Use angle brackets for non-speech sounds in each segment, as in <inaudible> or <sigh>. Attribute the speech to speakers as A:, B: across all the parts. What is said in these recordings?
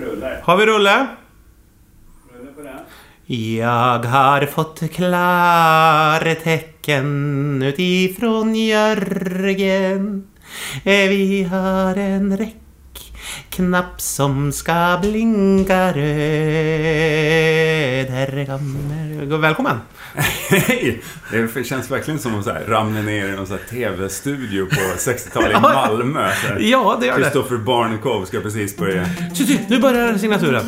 A: Rulle.
B: Har vi rulle?
A: Rulle på
C: <laughs>
A: den.
B: Jag har fått klartecken utifrån Jörgen. Vi har en räckknapp som ska blinka röd. Här kommer... Välkommen!
C: Hej! Det känns verkligen som att så här, ramla ner i någon så här TV-studio
B: <laughs>
C: på 60-talet i Malmö. Så här.
B: Ja, det gör det.
C: Christopher Barnekow ska precis börja.
B: Ty, ty, Nu börjar signaturen.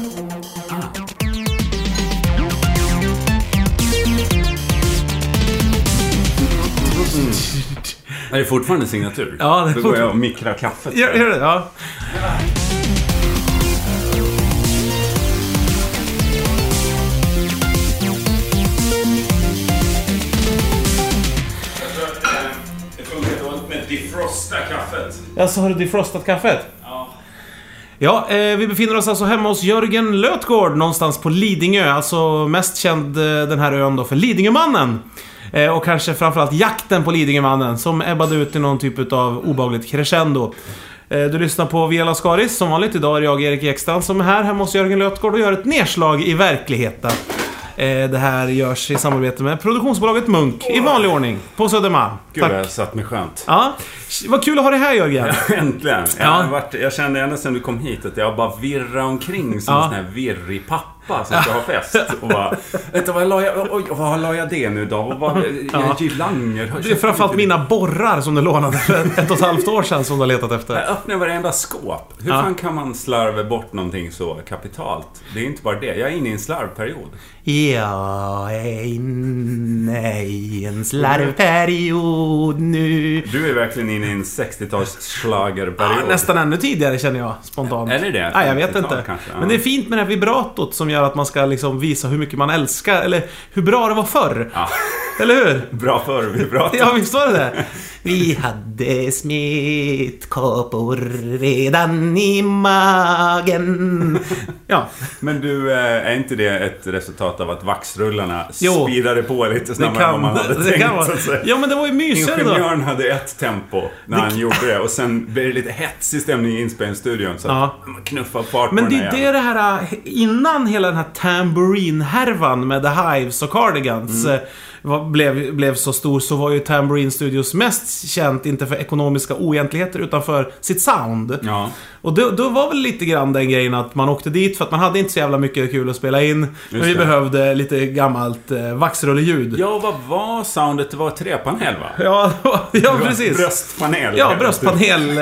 C: Det är fortfarande signatur.
B: Ja, det
C: Då går jag
B: är fortfarande-
C: och mikrar kaffet.
B: Gör, gör det? Ja.
A: Jag tror att eh, det funkar dåligt med defrosta kaffet.
B: Alltså, har du defrostat kaffet?
A: Ja.
B: Ja, eh, vi befinner oss alltså hemma hos Jörgen Lötgård någonstans på Lidingö. Alltså mest känd eh, den här ön då för Lidingömannen. Eh, och kanske framförallt jakten på Lidingömannen som ebbade ut i någon typ av obagligt crescendo. Eh, du lyssnar på Via Lascaris. Som vanligt idag är det jag, Erik Ekstrand, som är här hemma hos Jörgen Lötgård och gör ett nedslag i verkligheten. Eh, det här görs i samarbete med produktionsbolaget Munk i vanlig ordning på Södermalm.
C: Gud,
B: Tack.
C: jag satt mig skönt.
B: Ja, vad kul att ha dig här Jörgen.
C: <laughs> Äntligen! Jag,
B: Ja.
C: har varit, jag kände ända sedan du kom hit att jag bara virrade omkring som
B: Ja.
C: en sån här virrig pappa som
B: <laughs>
C: ska ha fest. Och bara, vänta, vad la jag, oj, vad la jag det nu då? Och vad,
B: Ja.
C: Gilanger?
B: Det är framförallt mina borrar som du lånade för ett och ett halvt år sedan som du har letat efter.
C: Jag öppnar varenda skåp. Hur
B: Ja.
C: fan kan man slarva bort någonting så kapitalt? Det är inte bara det. Jag är inne i en slarvperiod.
B: Jag är inne i en slarvperiod nu.
C: Du är verkligen inne i en 60-tals
B: Ja,
C: schlagerperiod.
B: nästan ännu tidigare känner jag spontant.
C: Är det det?
B: Ja, jag vet
C: 50-tal
B: inte.
C: kanske, ja.
B: Men det är fint med det här vibratot som gör att man ska liksom visa hur mycket man älskar, eller hur bra det var förr.
C: Ja,
B: Eller hur?
C: bra förbibrata.
B: Ja, visst var det det? Vi hade smittkoppor redan i magen. Ja.
C: Men du, eh, är inte det ett resultat av att vaxrullarna
B: Jo.
C: speedade på lite
B: Det
C: snabbare än vad
B: kan,
C: man hade
B: det
C: tänkt?
B: kan vara.
C: så att säga.
B: Ja men det var ju mysigare då.
C: Ingenjören hade ett tempo när han gjorde det och sen blev det lite hetsig stämning i inspelningsstudion. Så
B: Ja.
C: att man knuffade fart på
B: Men det
C: den
B: är
C: här
B: det det här, eh, innan hela den här Tambourine-härvan med The Hives och Cardigans
C: Mm.
B: eh, var- blev, blev så stor så var ju Tambourine Studios mest känt, inte för ekonomiska oegentligheter, utan för sitt sound.
C: Ja.
B: Och då, då var väl lite grann den grejen att man åkte dit för att man hade inte så jävla mycket kul att spela in. men vi
C: det.
B: behövde lite gammalt eh, vaxrulleljud.
C: Ja, och vad var soundet? Det var träpanel va?
B: Ja, <laughs> ja, precis.
C: Bröstpanel.
B: Ja, bröstpanel.
C: typ.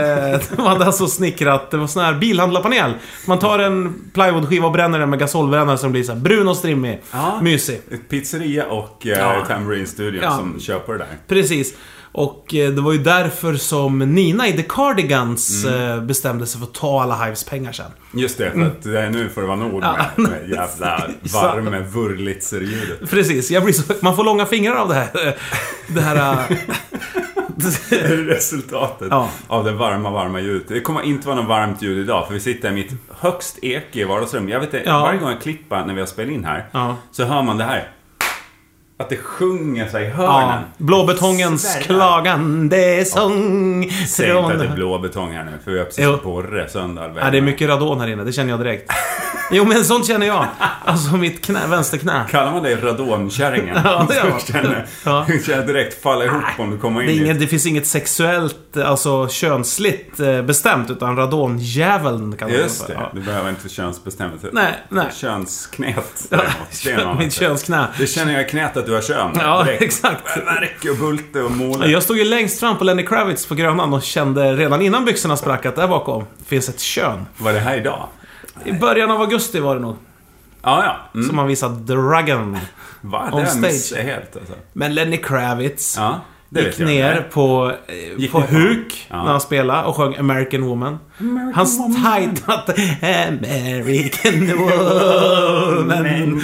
B: eh, De hade alltså snickrat, det var sån här bilhandlarpanel. Man tar en plywoodskiva och bränner den med gasolbrännare så den blir så här brun och strimmig.
C: Ja.
B: Mysig.
C: Ett pizzeria och eh,
B: Ja.
C: Tambourine Studio
B: Ja.
C: som köper det där.
B: Precis. Och eh, det var ju därför som Nina i The Cardigans
C: Mm.
B: eh, bestämde sig för att ta alla Hives pengar sen.
C: Just det, för
B: Mm.
C: att det är nu får det vara nog med, med
B: <laughs>
C: jävla varme Wurlitzerljudet.
B: Precis, jag blir så, man får långa fingrar av det här. <laughs> Det här... eh,
C: Det är <laughs> resultatet
B: Ja.
C: av det varma, varma ljudet. Det kommer inte vara något varmt ljud idag, för vi sitter i mitt högst ekiga vardagsrum. Jag vet inte,
B: Ja.
C: varje gång jag klipper när vi har spelat in här,
B: Ja.
C: så hör man det här. Att det sjunger sig i
B: Ja,
C: hörnen.
B: blåbetongens
C: Svärmar.
B: klagande sång.
C: Säg inte att det är
B: från-
C: blå betong här nu, för vi har precis
B: Jo.
C: Borre Söndahl.
B: Ja, det är mycket radon här inne, det känner jag direkt. Jo men sånt känner jag. Alltså mitt knä, vänsterknä.
C: Kallar man dig radonkärringen?
B: <laughs> Ja,
C: <laughs>
B: det gör man.
C: känner, <laughs>
B: Ja.
C: känner direkt falla ihop om du kommer in
B: Det, är
C: i
B: inget, det finns inget sexuellt, alltså könsligt eh, bestämt, utan radondjäveln kan man
C: Just det,
B: kalla
C: du behöver inte könsbestämmelse.
B: Nej, nej.
C: Könsknät
B: Ja.
C: däremot, det är en annan
B: Mitt
C: sak.
B: könsknä.
C: Det känner jag i knät att du har kön.
B: Ja,
C: Direkt.
B: exakt.
C: Märke och Bulte och Måle.
B: Jag stod ju längst fram på Lenny Kravitz på Grönan och kände redan innan byxorna sprack att där bakom finns ett kön.
C: Var det här idag?
B: I början av augusti var det nog,
C: Ja, ja. Mm.
B: som man visade Dragon.
C: Va?
B: On
C: Det här
B: stage.
C: missade jag helt alltså.
B: Men Lenny Kravitz
C: Ja, det
B: gick
C: vet jag.
B: ner på, eh,
C: Gick
B: på
C: ner på-
B: huk
C: Ja.
B: när han spelade och sjöng American Woman. Hans tajtat
C: <laughs>
B: American woman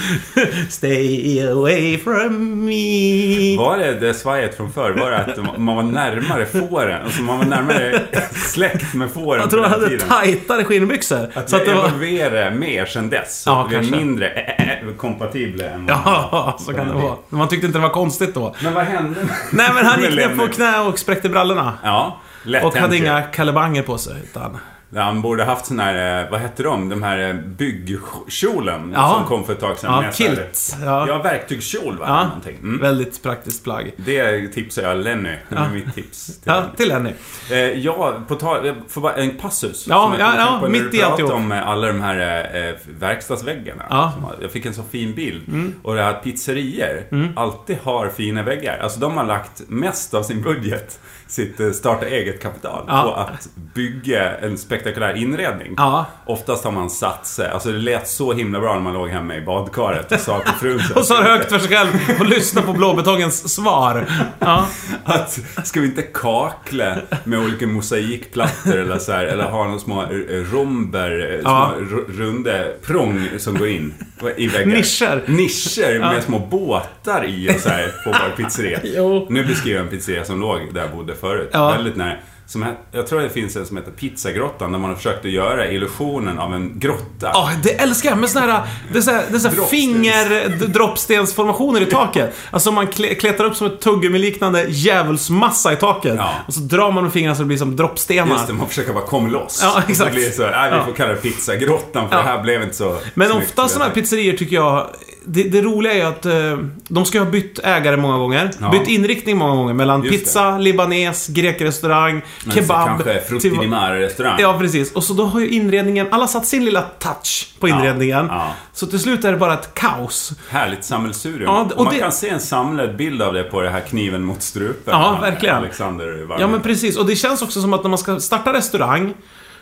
B: Stay away from me
C: Var det det svajet från förr? Var det att man var närmare fåren? Alltså man var närmare släkt med fåren
B: Jag tror
C: på
B: han
C: den
B: hade
C: tiden.
B: tajtare skinnbyxor. så att det var...
C: evolverar mer sen dess.
B: Ja,
C: vi är
B: kanske.
C: mindre äh, äh, kompatibla än vad man var
B: <laughs> Ja, så
C: på
B: kan det
C: den
B: vara.
C: tiden.
B: Man tyckte inte det var konstigt då.
C: Men vad hände?
B: Nej men han gick
C: Med
B: ner på
C: Lenny?
B: knä och spräckte brallorna.
C: Ja, lätt
B: Och
C: hänt
B: hade
C: ju.
B: inga kalebanger på sig. Utan...
C: Han borde haft sån här, eh, vad hette de? De här eh, byggkjolen
B: Ja.
C: som kom för ett tag sedan.
B: Ja,
C: med så här-
B: kilt. Ja.
C: ja verktygskjol var det
B: Ja.
C: någonting. Mm.
B: Väldigt praktiskt plagg.
C: Det tipsar jag Lenny. Det är mitt tips. Till
B: Ja,
C: Lenny.
B: till Lenny.
C: Eh, ja, på tal... eh, Får bara en passus. som
B: Ja,
C: jag kom
B: ja,
C: att tänka
B: ja,
C: på när
B: mitt
C: du
B: i
C: pratade
B: alltihop.
C: om eh, alla de här eh, eh, verkstadsväggarna.
B: Ja. Mm.
C: Som har- Jag fick en så fin bild. Och det här att pizzerier alltid har fina väggar. Alltså de har lagt mest av sin budget, sitt eh, starta eget-kapital,
B: Ja.
C: på att bygga en spektakulär inredning.
B: Ja.
C: Oftast har man satt sig. Alltså det lät så himla bra när man låg hemma i badkaret och sa till frun
B: <laughs>
C: så här,
B: Och sa det högt för sig själv och lyssna på blåbetongens svar. Ja.
C: Att, ska vi inte kakla med olika mosaikplattor eller så här, eller ha några små r- romber, eh,
B: Ja.
C: små r- runda prång som går in i väggar.
B: Nischer.
C: Nischer med små båtar i och så här på vår pizzeria.
B: <laughs> Jo.
C: Nu beskriver jag en pizzeria som låg där jag bodde förut,
B: Ja.
C: väldigt nära. Som här, jag tror det finns en som heter Pizzagrottan där man har försökt att göra illusionen av en grotta.
B: Ja, det älskar jag med såna här, det är så här, det är så här
C: Droppstens.
B: finger d- droppstensformationer i taket. Alltså man kle- kletar upp som ett tuggummi-liknande djävulsmassa i taket.
C: Ja.
B: Och så drar man med fingrarna så det blir som droppstenar.
C: Just det, man försöker bara komma loss.
B: Ja,
C: Och så
B: exakt.
C: blir det så, här, nej, vi
B: Ja.
C: får kalla det pizzagrottan för
B: Ja.
C: det här blev inte så
B: Men
C: snyggt
B: ofta
C: som jag
B: sådana här pizzerior tycker jag det, det roliga är ju att eh, de ska ju ha bytt ägare många gånger.
C: Ja.
B: Bytt inriktning många gånger. Mellan
C: Just det.
B: pizza, libanes, grekrestaurang,
C: Men så
B: kebab.
C: kanske
B: till-
C: Frutti di Mare-restaurang.
B: Ja, precis. Och så då har ju inredningen, alla satt sin lilla touch på inredningen.
C: ja.
B: Så till slut är det bara ett kaos.
C: Härligt sammelsurium.
B: Ja, och
C: och man
B: det-
C: kan se en samlad bild av det på det här kniven mot strupen.
B: Ja,
C: Han,
B: verkligen.
C: Alexander Varg.
B: Ja, men precis. Och det känns också som att när man ska starta restaurang,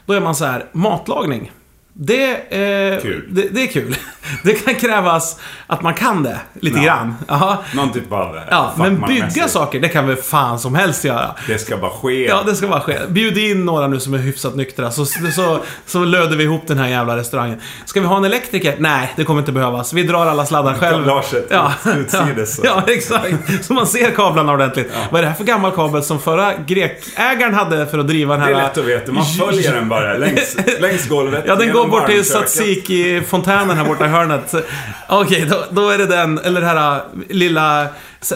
B: då är man så här, matlagning. Det, eh,
C: Kul.
B: Det, det är kul. <laughs> Det kan krävas att man kan det, lite
C: Ja.
B: grann. Jaha.
C: Någon typ av eh,
B: Ja, men
C: fackmanmässigt.
B: bygga saker, det kan väl fan som helst göra.
C: Det ska bara ske.
B: Ja, det ska bara ske. Bjud in några nu som är hyfsat nyktra, så, så, så löder vi ihop den här jävla restaurangen. Ska vi ha en elektriker? Nej, det kommer inte behövas. Vi drar alla sladdar själv.
C: kablaget
B: ja,
C: utsides, så.
B: ja, exakt. Så man ser kablarna ordentligt. Vad är det här för gammal kabel som förra grekägaren hade för att driva den
C: Det
B: här...
C: är lätt att veta. Man följer den bara
B: <laughs>
C: längs, längs golvet.
B: Ja, den
C: genom
B: går bort till
C: varmköket.
B: tzatziki-fontänen här borta i hörnet. Okej, då, då är det den, eller det här äh, lilla...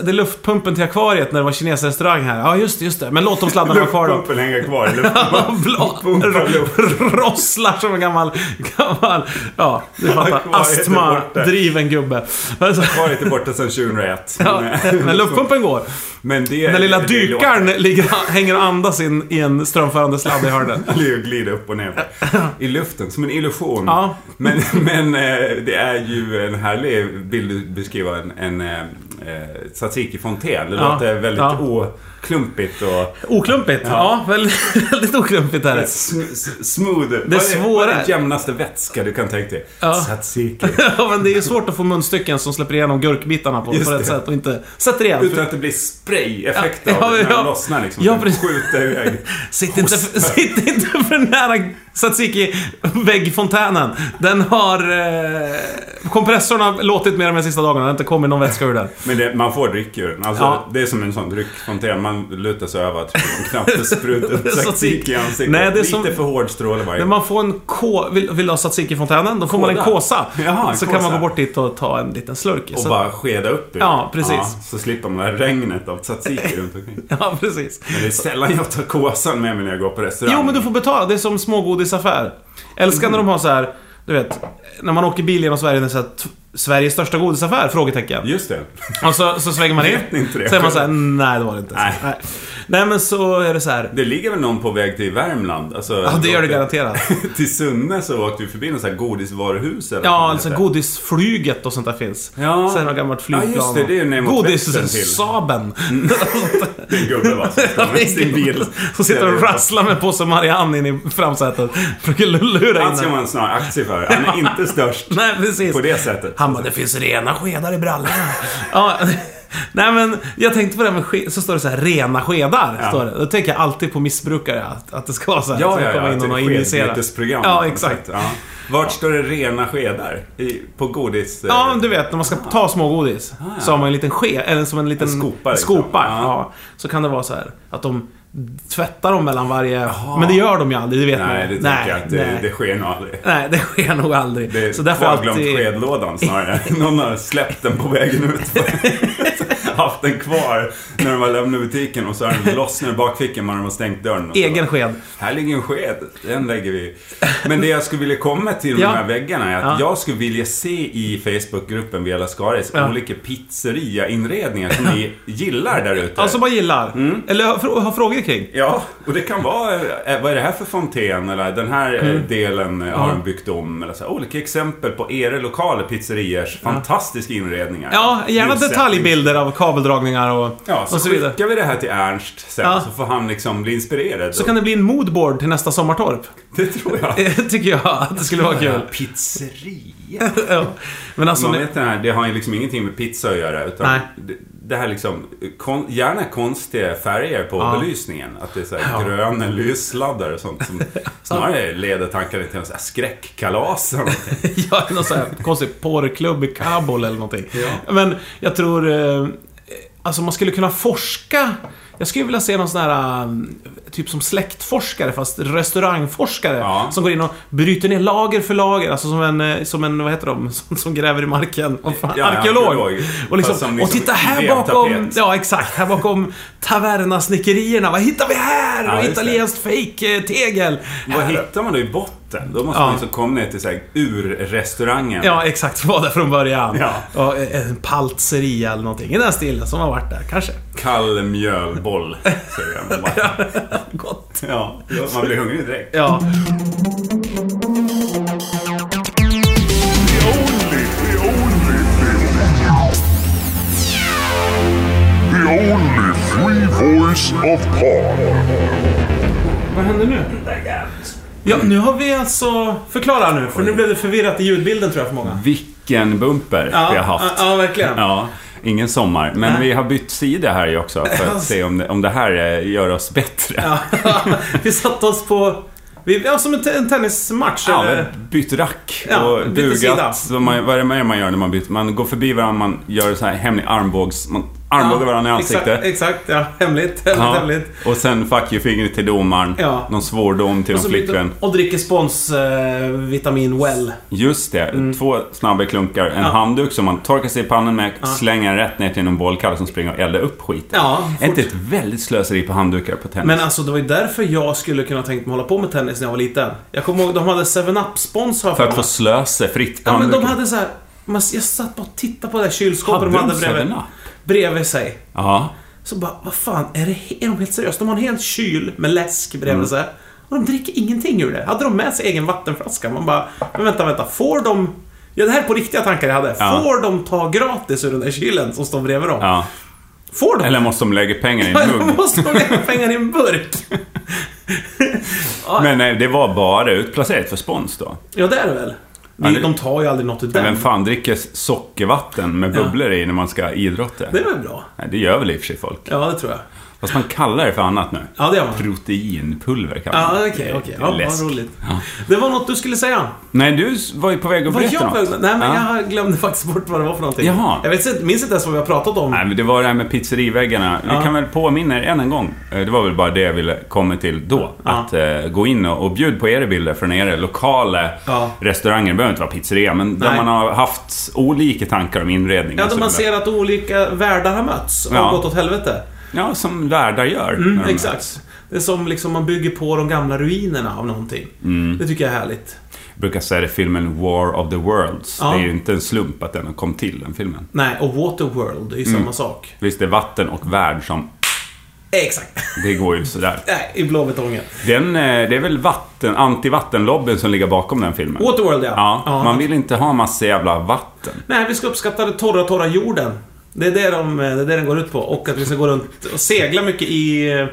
B: Det är luftpumpen till akvariet när det var kinesrestaurang här. Ja, just det, just det. Men låt de sladdarna vara kvar då.
C: Luftpumpen hänger kvar.
B: <laughs>
C: Luftpumpen <laughs>
B: Blå-
C: pumpar luft.
B: Rosslar som en gammal, gammal, ja, du fattar.
C: Akvariet är
B: Astma,
C: borta.
B: driven gubbe. Alltså,
C: Var inte borta sedan 2001.
B: ja, men luftpumpen går.
C: Men det...
B: Den lilla
C: det
B: dykaren ligger, hänger och andas in i en strömförande sladd
C: <laughs>
B: i hörnet.
C: Eller glida upp och ner
B: <laughs>
C: i luften, som en illusion.
B: Ja.
C: Men, <laughs> men eh, det är ju en härlig bild du beskriver, en, en eh, eh, tzatziki-fontän. Det
B: Ja.
C: låter väldigt
B: Ja.
C: oklumpigt och
B: Oklumpigt. Ja, väl, <laughs> väldigt oklumpigt är <laughs> det.
C: s- s- smooth. Det vad är,
B: svåra-
C: vad är den jämnaste vätska du kan tänka dig?
B: Ja.
C: Tzatziki.
B: <laughs> Ja, men det är ju svårt att få munstycken som släpper igenom gurkbitarna på,
C: Just
B: på rätt
C: det.
B: sätt och inte sätter igen.
C: Utan att det blir spray-effekt
B: Ja,
C: av det,
B: ja.
C: när den lossnar liksom.
B: Ja,
C: Den
B: precis.
C: skjuter
B: <laughs>
C: iväg.
B: Sitt inte, för, <laughs> sitt inte för nära tzatziki-väggfontänen. Den har... Eh, kompressorn har låtit med den de sista dagarna. Det har inte kommit någon vätska ur den.
C: Men det, man får dryck ur den. Alltså,
B: Ja.
C: Det är som en sån dryckfontän. Man lutar sig över att knappt
B: <laughs>
C: sprutar
B: Tzatziki.
C: tzatziki i ansiktet.
B: typ. Nej, det är
C: Lite
B: som-
C: för hård stråle varje
B: När man får en K... Vill, vill du ha tzatziki-fontänen? Då får man en
C: Kåda.
B: kåsa.
C: Jaha, en
B: så kan
C: kåsa.
B: man gå bort dit och ta en liten slurk.
C: Och
B: så,
C: bara skeda upp ur.
B: Ja, precis.
C: så slipper man det här regnet av
B: <laughs>
C: tzatziki runt omkring.
B: <laughs> Ja, precis.
C: Men det är sällan jag tar kåsan med mig när jag går på restaurang.
B: Jo, men du får betala. Det är som smågodisaffär. Älskar när de har så här, du vet, när man åker bil genom Sverige, det är så här, t- Sveriges största godisaffär? Frågetecken.
C: Just det.
B: Och så, så svänger man in.
C: Vet ni inte det?
B: Så är man såhär, nej det var det inte.
C: Nej.
B: nej. Nej, men så är det så här.
C: Det ligger väl någon på väg till Värmland? Alltså,
B: Ja, det gör det
C: åkte-
B: garanterat.
C: <laughs> Till Sunne så åkte vi förbi något sånt här godisvaruhus eller vad
B: Ja,
C: det
B: alltså
C: heter.
B: godisflyget och sånt där finns.
C: Ja.
B: Sen har gammalt flygplan.
C: Ja, just det. Det är ju ner mot västern till.
B: Godis-Saben.
C: <laughs> Det är en gubbe va?
B: <laughs>
C: som kommer med sin bil.
B: Så sitter och rasslar med en påse Marianne in i framsätet. Försöker lura in
C: Han ska
B: den.
C: man snarare aktie för. Han
B: <laughs>
C: är inte störst
B: Nej, precis.
C: på det sättet.
B: Han bara, det finns rena skedar i brallorna. <laughs> ja, nej men, jag tänkte på det här med ske- så står det så här rena skedar.
C: Ja.
B: Står det. Då tänker jag alltid på missbrukare, att, att det ska vara så här.
C: Ja,
B: så
C: ja,
B: Alltså, kommer
C: ja. att
B: in
C: det
B: någon och
C: sker ett
B: injicerar.
C: nytesprogram.
B: Ja, exakt.
C: Ja. Vart står det rena skedar? I, på godis... eh,
B: Ja, men du vet, när man ska ta smågodis. Så har man en liten ske, eller som en liten
C: Ah, En skopa,
B: en
C: liksom.
B: skopa
C: Ja.
B: ja. Så kan det vara så här att de tvättar dem mellan varje...
C: Jaha.
B: Men det gör de ju aldrig, det vet man
C: Nej,
B: ju.
C: det tycker
B: nej,
C: jag att det,
B: nej.
C: det sker nog aldrig.
B: Nej, det sker nog aldrig.
C: Det är
B: så därför
C: kvarglömt
B: alltid...
C: skedlådan snarare. <laughs> Någon har släppt den på vägen ut.
B: <laughs>
C: Haft den kvar när de har lämnat butiken och så har den loss nu i bakfickan när de har stängt dörren. Och så.
B: Egen sked.
C: Här ligger en sked. Den lägger vi. Men det jag skulle vilja komma till med
B: Ja.
C: de här väggarna är att
B: Ja.
C: jag skulle vilja se i Facebookgruppen Via Lascaris
B: Ja.
C: olika pizzeria-inredningar som ni gillar där ute.
B: Alltså man gillar.
C: Mm.
B: Eller har fr- har frågor kring.
C: Ja, och det kan vara, eh, vad är det här för fontän? Eller den här eh,
B: Mm.
C: delen eh, har de byggt om. Eller så här, olika exempel på era lokala pizzeriers fantastiska inredningar.
B: Ja, gärna
C: Ljussättning.
B: detaljbilder av kabeldragningar och,
C: Ja, så,
B: och så vidare.
C: skickar vi det här till Ernst sen
B: Ja.
C: så får han liksom bli inspirerad.
B: Så kan det bli en moodboard till nästa sommartorp. <laughs>
C: Det tror jag.
B: Tycker jag att det skulle vara kul.
C: Pizzeria.
B: Ja. Men alltså...
C: Man
B: men-
C: vet den här, det har ju liksom ingenting med pizza att göra. Utan
B: Nej.
C: Det, det här liksom, kon, gärna konstiga färger på belysningen. Att det är så här gröna lyssladdar och sånt
B: <laughs>
C: som snarare leder tankarna till en så här skräckkalas. eller någonting.
B: <laughs> Ja, någon sån här konstig porrklubb i Kabul eller någonting. Men jag tror... eh, Alltså man skulle kunna forska. Jag skulle vilja se någon sån här... eh, Typ som släktforskare, fast restaurangforskare.
C: Ja.
B: Som går in och bryter ner lager för lager. Alltså som en, eh, som en vad heter de? <laughs> Som, som gräver i marken. Vad fan,
C: Ja,
B: arkeolog.
C: arkeolog.
B: Och, liksom,
C: Fast som
B: och
C: liksom
B: titta här
C: vev-tapet.
B: bakom... Ja, exakt.
C: <laughs>
B: Här bakom tavernasnickerierna. Vad hittar vi här?
C: Ja,
B: och
C: just det.
B: italienskt fake eh, tegel
C: Vad
B: Här.
C: hittar man då i botten? Då måste
B: Ja.
C: man liksom komma ner till så här urrestaurangen.
B: Ja, exakt. Var där från början.
C: Ja.
B: Och eh, en paltseria eller någonting i den här stilen som har varit där,
C: <laughs>
B: kanske.
C: Kall mjölboll, säger
B: <laughs>
C: jag. Bara-
B: Gott.
C: Ja, man blir hungrig direkt.
B: Ja.
D: The only free voice of Pod.
B: Vad händer nu? Ja, nu har vi alltså... Förklara nu,
C: Mm.
B: för nu blev det förvirrat i ljudbilden tror jag för många.
C: Vilken bumper vi har haft.
B: Ja, ja, verkligen.
C: Ja, ingen sommar. Men
B: Nej.
C: vi har bytt sida här ju också för att se om det, om det här eh, gör oss bättre. <laughs> Ja,
B: <laughs> vi satte oss på... Vi, ja, som en, te- en tennismatch. eller?
C: men bytt rack
B: Ja,
C: och
B: bytte sida.
C: bugat. Vad, man, vad är det mer man gör när man byter? Man går förbi varandra, man gör så här hemlig armbågs... Man armbågar varandra i ansiktet.
B: Exakt, exakt ja. Hemligt. Hemligt,
C: Ja.
B: hemligt.
C: Och sen fuck you-fingret till domaren.
B: Ja.
C: Någon svordom till
B: Så
C: någon
B: byter-
C: flickvän.
B: och dricker spons eh, vitamin well.
C: Just det,
B: Mm.
C: två snabba klunkar. En handduk som man torkar sig i pannan med, slänger den rätt ner till någon bollkalle som springer och eldar upp skiten.
B: Ja,
C: Är inte ett väldigt slöseri på handdukar på tennis?
B: Men alltså det var ju därför jag skulle kunna tänkt mig hålla på med tennis när jag var liten. Jag kommer ihåg de hade 7-Up-spons här
C: För att
B: mig.
C: få slösa fritt på
B: Ja men de
C: handduken.
B: hade så här. Man, jag satt bara och tittade på det där kylskåpet
C: Hade
B: de
C: de
B: hade bredvid,
C: 7-Up?
B: bredvid sig.
C: Ja.
B: Så bara, vad fan, är, det, he- är de helt seriösa? De har en hel kyl med läsk bredvid
C: Mm.
B: sig. Och de dricker ingenting ur det. Hade de med sig egen vattenflaska? Man bara, men vänta, vänta, får de... Ja, det här är på riktiga tankar jag hade.
C: Ja.
B: Får de ta gratis ur den där kylen som står bredvid dem?
C: ja.
B: Får de? <laughs>
C: Eller måste de lägga pengar i en
B: Eller
C: mugg?
B: måste de lägga pengar i en burk?
C: Men nej, det var bara utplacerat för spons då.
B: Ja, det är det väl?
C: Ja,
B: Vi,
C: det-
B: De tar ju aldrig något ur den.
C: Vem fan dricker sockervatten med bubblor i när man ska idrotta?
B: Det är väl bra?
C: Nej, det gör väl i och för sig folk.
B: Ja, det tror jag.
C: Fast man kallar det för annat nu.
B: Ja, det gör man.
C: Proteinpulver kallar man
B: Ja,
C: det.
B: okej,
C: Det är
B: okej. Ja, vad
C: läsk.
B: roligt. Det var något du skulle säga.
C: Nej, du var ju på väg att
B: Vad
C: berätta
B: jag
C: något.
B: behövde... Nej, men
C: Ja.
B: jag glömde faktiskt bort vad det var för någonting.
C: Jaha.
B: Jag vet, inte- minns inte ens vad vi har pratat om.
C: Nej, men det var det här med pizzeriväggarna. Vi kan väl påminna er än en gång. Eh, Det var väl bara det jag ville komma till då. Att eh, gå in och, och bjud på era bilder från era lokala
B: Ja.
C: restauranger. Det behöver inte vara pizzeria, men där
B: Nej.
C: man har haft olika tankar om inredning.
B: Ja,
C: och
B: då
C: så
B: man
C: vidare.
B: ser att olika världar har mötts och
C: Ja.
B: gått åt helvete.
C: Ja, som värdar gör.
B: Mm.
C: när de
B: Exakt. Det är som liksom man bygger på de gamla ruinerna av någonting.
C: Mm.
B: Det tycker jag är härligt.
C: Jag brukar säga det i filmen War of the Worlds.
B: Ja.
C: Det är ju inte en slump att den kom till, den filmen.
B: Nej, och Waterworld är ju
C: Mm.
B: samma sak.
C: Visst, det är vatten och värld som...
B: Exakt. <laughs>
C: Det går ju sådär.
B: Nej, i blåbetongen.
C: Den, eh, det är väl vatten, antivattenlobbyn som ligger bakom den filmen.
B: Waterworld, ja.
C: Ja, man vill inte ha massa jävla vatten.
B: Nej, vi ska uppskatta den torra, torra jorden. Det är det, de, det är det den går ut på. Och att vi ska gå runt och segla mycket i, eh,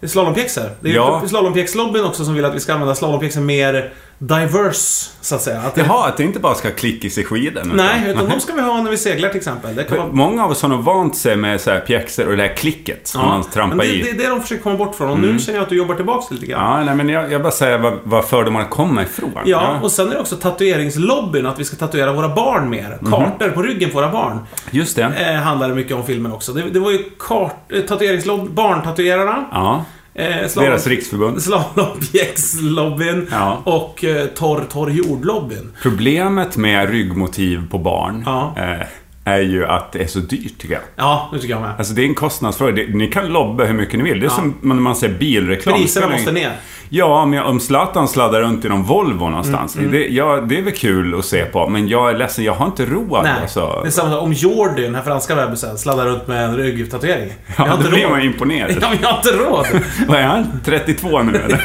B: i slalompjäxor. Det är
C: Ja.
B: ju typ slalompjäxlobbyn också som vill att vi ska använda slalompjäxor mer diverse, så att säga. Att det,
C: Jaha, att det inte bara ska klicka sig i skiden. utan-
B: nej, utan de ska vi ha när vi seglar till exempel. Det kan vara...
C: Många av oss har nog vant sig med så här pjäxor och det här klicket som man trampar
B: men det,
C: i. Mm.
B: det är det de försöker komma bort från. Och nu känner jag att du jobbar tillbaka lite grann. Ja.
C: Ja, nej, men jag, jag bara säger var, var fördomarna kommer ifrån.
B: och sen är det också tatueringslobbyn, att vi ska tatuera våra barn mer.
C: Mhm.
B: Kartor på ryggen på våra barn.
C: Just det.
B: Eh, handlar det mycket om filmen också. Det, det var ju kart, eh, tatueringslobb, barntatuerarna.
C: Ja.
B: Eh, slalom-
C: Deras riksförbund.
B: Slalompjäxlobbyn
C: Ja.
B: och eh, torr, torr jordlobbyn.
C: Problemet med ryggmotiv på barn
B: Ja.
C: eh, är ju att det är så dyrt tycker jag.
B: Ja, nu tycker jag med.
C: Alltså det är en kostnadsfråga. Det- Ni kan lobba hur mycket ni vill. Det är som när man säger bilreklam.
B: Priserna
C: Spelar
B: måste
C: ingen-
B: ner.
C: Ja, men om Zlatan sladdar runt i någon Volvo någonstans. Det, ja, det är väl kul att se på. Men jag är ledsen, jag har inte råd.
B: Nej,
C: Alltså.
B: det är samma sak. Om Jordy, den här franska bebisen, sladdar runt med en ryggtatuering. jag
C: Ja,
B: har
C: då
B: inte
C: blir man
B: råd.
C: imponerad.
B: <laughs> Ja, men jag har inte råd.
C: Vad är han? 32 <laughs> nu eller?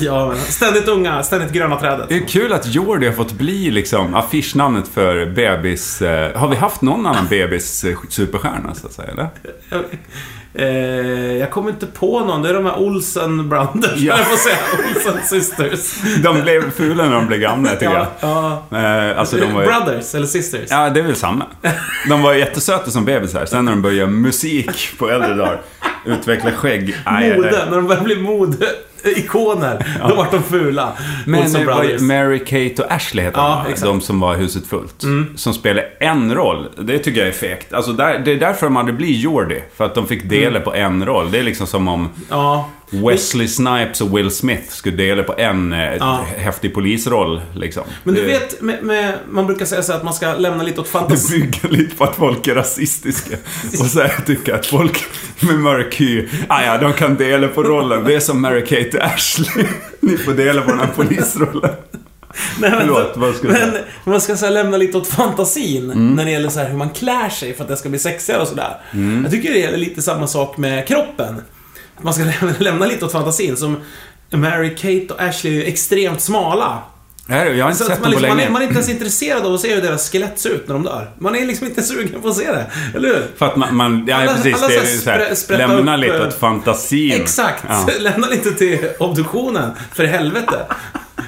B: ja, men ständigt unga, ständigt gröna trädet.
C: Det är kul att Jordi har fått bli liksom affischnamnet för bebis... Eh, har vi haft någon annan bebis eh, superstjärna så att säga eller?
B: Eh, jag kommer inte på någon. Det är de här Olsen Brothers.
C: Ja.
B: Jag får säga Olsen Sisters.
C: De blev fula när de blev gamla tycker
B: Ja,
C: jag.
B: ja.
C: Eh, alltså de var ju...
B: Brothers, eller Sisters.
C: Ja, det är väl samma. De var jättesöta som bebisar. Sen när de började göra musik på äldre dagar, utveckla skägg. Aj, aj, aj.
B: Mode, när de började bli modeikoner, då vart de fula.
C: Men
B: Olsen
C: det var ju
B: Brothers.
C: Mary Kate och Ashley heter
B: Ja,
C: de, va?
B: exakt. Mm.
C: de som var Huset Fullt. Som spelade en roll. Det tycker jag är fegt. Alltså där, det är därför de aldrig blir Jordi. För att de fick
B: Mm.
C: dela på en roll. Det är liksom som om
B: Ja.
C: Wesley Snipes och Will Smith skulle dela på en eh, häftig polisroll. Liksom.
B: Men du
C: Det-
B: vet, med, med, man brukar säga så här att man ska lämna lite åt
C: Det <laughs>
B: fantasin.
C: bygger lite på att folk är rasistiska. Och så här tycker jag att folk med mörk hy, ah, ja, de kan dela på rollen. Det är som Mary-Kate och Ashley. Ni får dela på den här polisrollen.
B: Nej, men-
C: Förlåt, vad ska du
B: Men
C: säga? Mm.
B: man ska så här, lämna lite åt fantasin när det gäller så här, hur man klär sig för att det ska bli sexigare och sådär.
C: Mm.
B: Jag tycker det är lite samma sak med kroppen. Man ska <laughs> lämna, lämna lite åt fantasin. Som Mary Kate och Ashley är ju extremt smala.
C: Nej, jag har inte
B: Så att
C: sett
B: man,
C: dem på
B: liksom, man, är, man är
C: länge.
B: inte ens intresserad av att se hur deras skelett ser ut när de dör. Man är liksom inte sugen på att se det. Eller hur?
C: För att man, man ja,
B: Alla-
C: precis,
B: alla
C: det
B: så
C: är
B: här
C: ju så här,
B: sprä- sprätta
C: lämna
B: upp,
C: lite
B: eh,
C: åt fantasin.
B: Exakt!
C: Ja.
B: <laughs> Lämna lite till obduktionen, för helvete.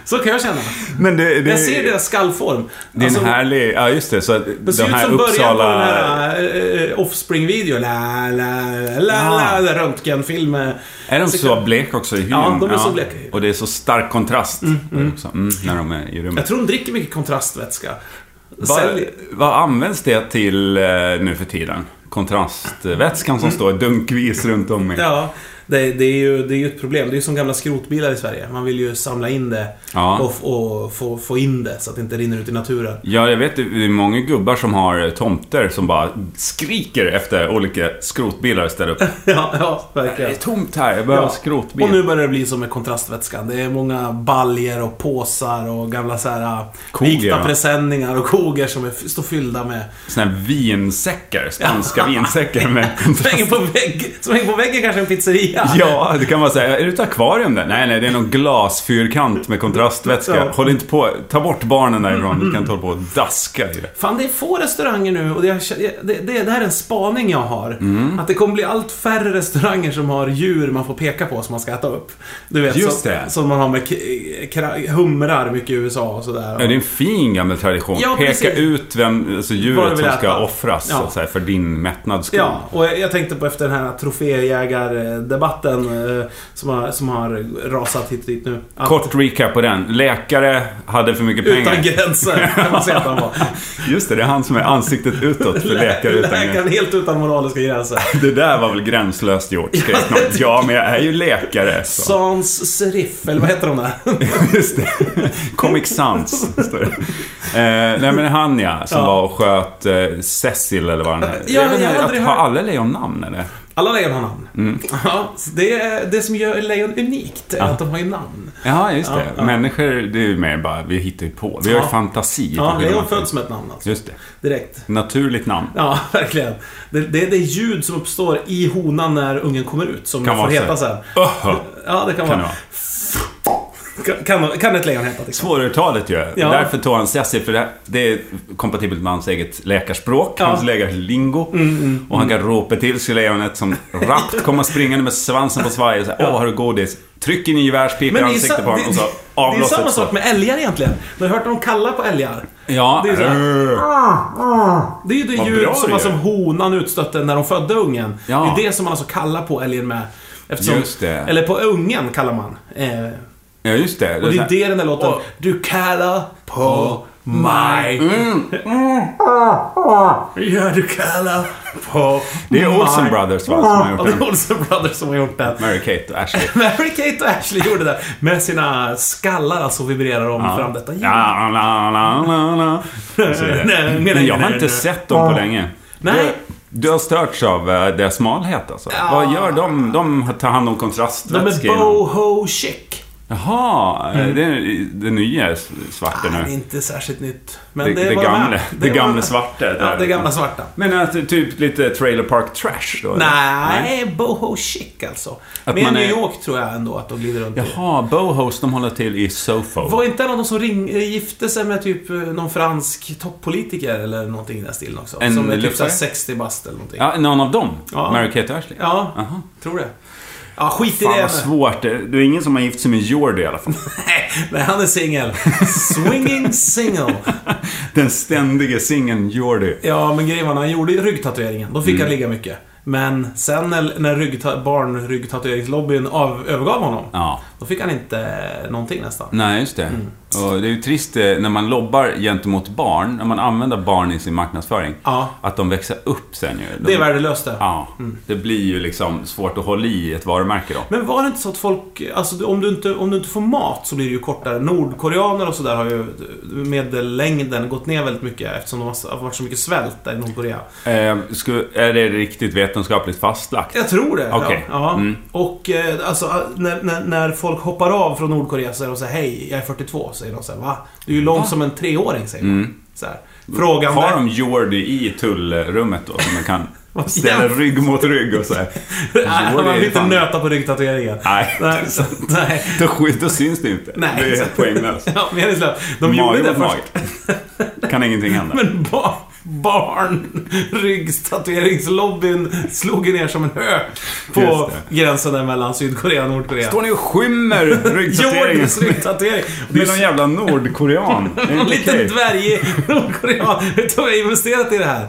B: Så kan jag känna.
C: Men det, det,
B: Jag ser deras skallform. Alltså,
C: det är en härlig, ja just det, så att
B: Det ser
C: de
B: ut
C: här
B: som början på den
C: Uppsala...
B: här eh, Offspring-videon. La, la, la,
C: Ah.
B: la, röntgenfilm. med-
C: Är de så bleka också i hyn?
B: eh, Ja, de är så bleka i hyn.
C: Och det är så stark kontrast. Mm, mm, när de är i rummet.
B: Jag tror de dricker mycket kontrastvätska.
C: Vad,
B: Sälj-
C: vad används det till eh, nu för tiden? Kontrastvätskan som står dunkvis runt om i...
B: Mm. Ja, det, det, är ju, det är ju ett problem. Det är ju som gamla skrotbilar i Sverige. Man vill ju samla in det
C: Ja.
B: och, f- och få, få in det så att det inte rinner ut i naturen. <laughs>
C: Ja, jag vet det är många gubbar som har eh, tomter som bara skriker efter olika skrotbilar att ställa upp.
B: Ja, ja
C: Det är
B: verkligen.
C: tomt här, jag behöver skrotbil.
B: Och nu börjar det bli som med kontrastvätskan. Det är många baljer och påsar och gamla så här
C: Koger,
B: vikta
C: va?
B: presenningar och koger som är, står fyllda med...
C: Såna här vinsäckar,
B: <laughs>
C: spanska vinsäckar med
B: Som hänger, på vägg, som hänger på väggen kanske en pizzeria.
C: Ja, det kan man säga. Är det ett akvarium där? Nej, nej, det är någon glasfyrkant med kontrastvätska.
B: Ja. Mm.
C: Håll inte på, ta bort barnen därifrån. Du kan inte hålla på och daska i det.
B: Fan, det är få restauranger nu och det, det, det, det här är en spaning jag har.
C: Mm.
B: Att det kommer bli allt färre restauranger som har djur man får peka på som man ska äta upp. Du vet,
C: Just
B: som,
C: det.
B: som man har med k- kra- humrar mycket i USA och sådär.
C: Ja, det är en fin gammal tradition.
B: Ja,
C: Peka
B: precis.
C: ut vem, alltså
B: Vad du
C: djuret
B: vill
C: som ska
B: äta.
C: offras
B: Ja.
C: så att säga, för din mättnads skull.
B: Ja, och jag jag tänkte på efter den här troféjägardebatten eh, som har, som har rasat hit och dit nu. Att
C: Kort recap på den. Läkare hade för mycket pengar. <laughs>
B: Utan gränser, kan man säga att han var.
C: Just det, det är han som är ansiktet
B: <laughs>
C: utåt för läkare utan gränser.
B: Läkaren helt utan moraliska gränser.
C: Det där var väl gränslöst gjort,
B: <laughs>
C: skrek någon. Ja, men jag är ju läkare. Så.
B: Sans serif, eller vad heter
C: <laughs>
B: de där?
C: Just det. Comic Sans, står det. Eh, nej, men han ja, som
B: Ja.
C: var och sköt eh, Cecil eller vad han hette.
B: Ja,
C: vet
B: jag har
C: inte,
B: aldrig
C: Har
B: hört-
C: alla lejon namn eller?
B: Alla lejon har namn.
C: Mm.
B: Ja, så det, är- det som gör lejon unikt är att de har ju namn.
C: Ja, just det.
B: Ja, ja.
C: Människor, det är ju mer bara, vi hittar ju på. Vi har ju
B: Ja.
C: fantasi. på
B: Ja,
C: hur
B: lejon
C: man-
B: föds med ett namn alltså.
C: Just det.
B: Direkt.
C: Naturligt namn.
B: Ja, <laughs> verkligen. Det, det är det ljud som uppstår i honan när ungen kommer ut som
C: Kan
B: får
C: vara så.
B: heta sen.
C: Öhö,
B: Ja, det kan,
C: kan det
B: vara.
C: vara.
B: Kan, kan, kan ett lejon heta liksom.
C: Svåruttalet ju.
B: Ja.
C: Därför tog han Cecil, för det, här- det är kompatibelt med hans eget läkarspråk,
B: Ja. Mm,
C: hans läkarlingo. och han kan ropa till sig lejonet som rappt kommer springande med svansen på svaj och säger Åh, har du godis? Tryck in en gevärspipa i
B: Men det är, ju
C: ansiktet
B: sa-
C: på honom och
B: det,
C: så
B: det är
C: avlossar
B: samma
C: ett
B: sak
C: skott.
B: med älgar egentligen. Du har hört dem kalla på älgar.
C: Ja,
B: Det är så här-
C: eh,
B: Det är ju det
C: Vad
B: ljud
C: bra
B: som
C: det
B: alltså
C: är.
B: honan utstötte när de födde ungen.
C: Ja.
B: Det är det som man alltså kallar på älgen med. Eftersom,
C: Just det.
B: Eller på ungen kallar man. Eh,
C: ja, just det.
B: och det
C: så
B: är
C: här-
B: det den där låten.
C: Och-
B: Du kallar på Maj.
C: Mm.
B: Ja, du kallar på
C: Det är Olsen
B: maj.
C: Brothers va, som har gjort
B: Ja, det
C: den.
B: är Olsen Brothers som har gjort den.
C: Mary Kate och Ashley.
B: Mary Kate och Ashley gjorde det med sina skallar alltså vibrerar om fram detta ljud.
C: La, la, la, la, la. Och så vidare.
B: Nej, nej,
C: Men jag
B: nej,
C: har
B: nej,
C: inte
B: nej.
C: sett dem på länge.
B: Nej.
C: Du har störts av eh, deras smalhet alltså? Vad gör de? De tar hand om
B: De är Mm.
C: kontrastvätska inom-
B: boho chic.
C: Jaha, eh, det är det nya svarta
B: Det är
C: nu.
B: inte särskilt nytt. Men
C: Det,
B: det,
C: det
B: var
C: gamla,
B: med.
C: det
B: var
C: gamla
B: med.
C: svarta.
B: Ja,
C: där.
B: det gamla svarta.
C: Men att det är typ lite trailer park trash då? eller?
B: Nej, boho chic alltså.
C: Att
B: Mer
C: man är-
B: New York tror jag ändå att de glider runt i.
C: Jaha, Bohos de håller till i Sofo.
B: Var inte en av de som ring, gifte sig med typ eh, någon fransk toppolitiker eller någonting i den här stilen också?
C: En
B: som är typ
C: luffare?
B: såhär 60 bast eller någonting. Ja,
C: Ja, någon av dem?
B: Ja.
C: Mary Kate och Ashley? Aha.
B: tror det. Ja, skit i
C: Fan
B: det.
C: vad
B: <laughs>
C: svårt. Det det är ingen som har gift sig med Jordy i alla fall.
B: Nej, Nej, han
C: <laughs>
B: är singel. Swinging single.
C: Den ständige singeln Jordy.
B: Ja, men grejen var när han gjorde ryggtatueringen, då fick
C: Mm.
B: han ligga mycket. Men sen när, när ryggta- barnryggtatueringslobbyn av, övergav honom,
C: Ja. Mm.
B: då fick han inte eh, någonting nästan.
C: Nej, just det.
B: Mm.
C: Och det är ju trist eh, när man lobbar gentemot barn, när man använder barn i sin marknadsföring,
B: Ja.
C: att de växer upp sen ju. De,
B: Det är Mm. värdelöst det.
C: Mm. Ja. Det blir ju liksom svårt att hålla i ett varumärke då.
B: Men var det inte så att folk, alltså om du inte, om du inte får mat så blir det ju kortare. Nordkoreaner och sådär har ju medellängden gått ner väldigt mycket eftersom de har varit så mycket svält där i Nordkorea.
C: Eh, sku, är det riktigt vetenskapligt fastlagt?
B: Jag tror det.
C: Okej.
B: Ja. ja.
C: Mm.
B: Och eh, alltså när, när, när folk hoppar av från Nordkorea så säger de så här, hej, jag är 42. Säger de så här, va? Du är ju lång som en treåring, säger de. Så här. Frågan
C: Har
B: där-
C: Mm. de Jordy i tullrummet då? Som man kan
B: <laughs> Vad
C: ställa
B: jävla-
C: rygg mot rygg och så här.
B: <laughs> <laughs> Nej,
C: Jordy
B: man
C: är
B: vill inte
C: fan-
B: nöta på ryggtatueringen.
C: Nej, det är
B: <laughs> Nej, så, nej.
C: Då, sk- då syns det inte.
B: Nej,
C: det är helt
B: exakt.
C: poänglöst.
B: Ja, meningslöst. De
C: Mage
B: gjorde det
C: mot
B: först.
C: mage. Kan ingenting hända.
B: <laughs> Men ba- barn, <laughs> ryggstatueringslobbyn slog ju ner som en hök på
C: Just
B: gränsen där mellan Sydkorea och Nordkorea.
C: Står ni och
B: <laughs>
C: skymmer ryggtatueringen?
B: Jordens ryggtatuering. Och
C: Det
B: Det
C: är någon
B: är
C: jävla
B: <laughs>
C: nordkorean. Det är
B: en
C: inte
B: liten
C: okej.
B: dvärgig nordkorean. Hur tror jag investerat i det här?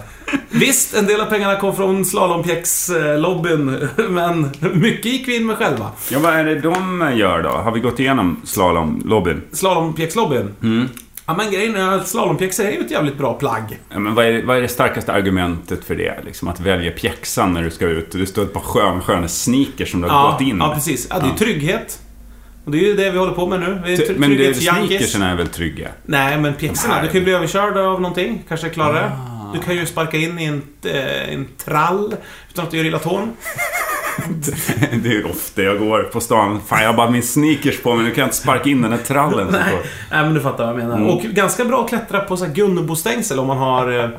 B: Visst, en del av pengarna kom från slalompjäxlobbyn, men mycket gick vi in med själva.
C: Ja, vad är det de gör då? Har vi gått igenom slalomlobbyn?
B: Slalompjäxlobbyn.
C: Mm.
B: Ja, men grejen är att slalompjäxor är ju ett jävligt bra plagg.
C: Ja, Men vad, är, vad är det starkaste argumentet för det? Liksom att välja pjäxan när du ska ut. Du står ett par skön, sköna sneakers som du har
B: Ja,
C: gått in
B: ja,
C: med.
B: precis. Ja, det är ju trygghet. Och det är ju det vi håller på med nu. Vi är tr-
C: Men det är
B: trygghetsjunkies.
C: sneakersen är väl trygga? <laughs>
B: Nej, men pjäxorna.
C: De här-
B: Du kan ju bli överkörd av någonting. Kanske klarare.
C: Ah.
B: Du kan ju sparka in i en, eh, en trall utan att det gör illa tån.
C: Det är ju ofta jag går på stan. Fan, jag har bara min sneakers på mig. Nu kan jag inte sparka in den här trallen. som
B: Nej,
C: står.
B: Nej, men du fattar vad jag
C: Mm.
B: menar. Och ganska bra att klättra på så här Gunnebo-stängsel om man har... eh,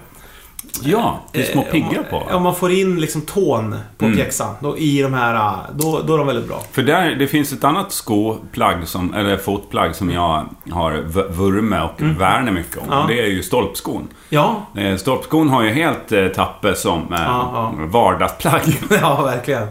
C: Ja, det är små
B: eh,
C: piggar
B: om-
C: på. Mm.
B: Om man får in liksom tån på pjäxan då, i de här... ah, Då, då är de väldigt bra.
C: För där, det finns ett annat skoplagg, som, eller fotplagg, som jag har v- vurme och värner mycket om.
B: Mm. Ja.
C: Och det är ju stolpskon.
B: Ja,
C: Eh, Stolpskon har ju helt eh, tappe som eh,
B: Ja,
C: vardagsplagg.
B: <laughs> <laughs> ja verkligen.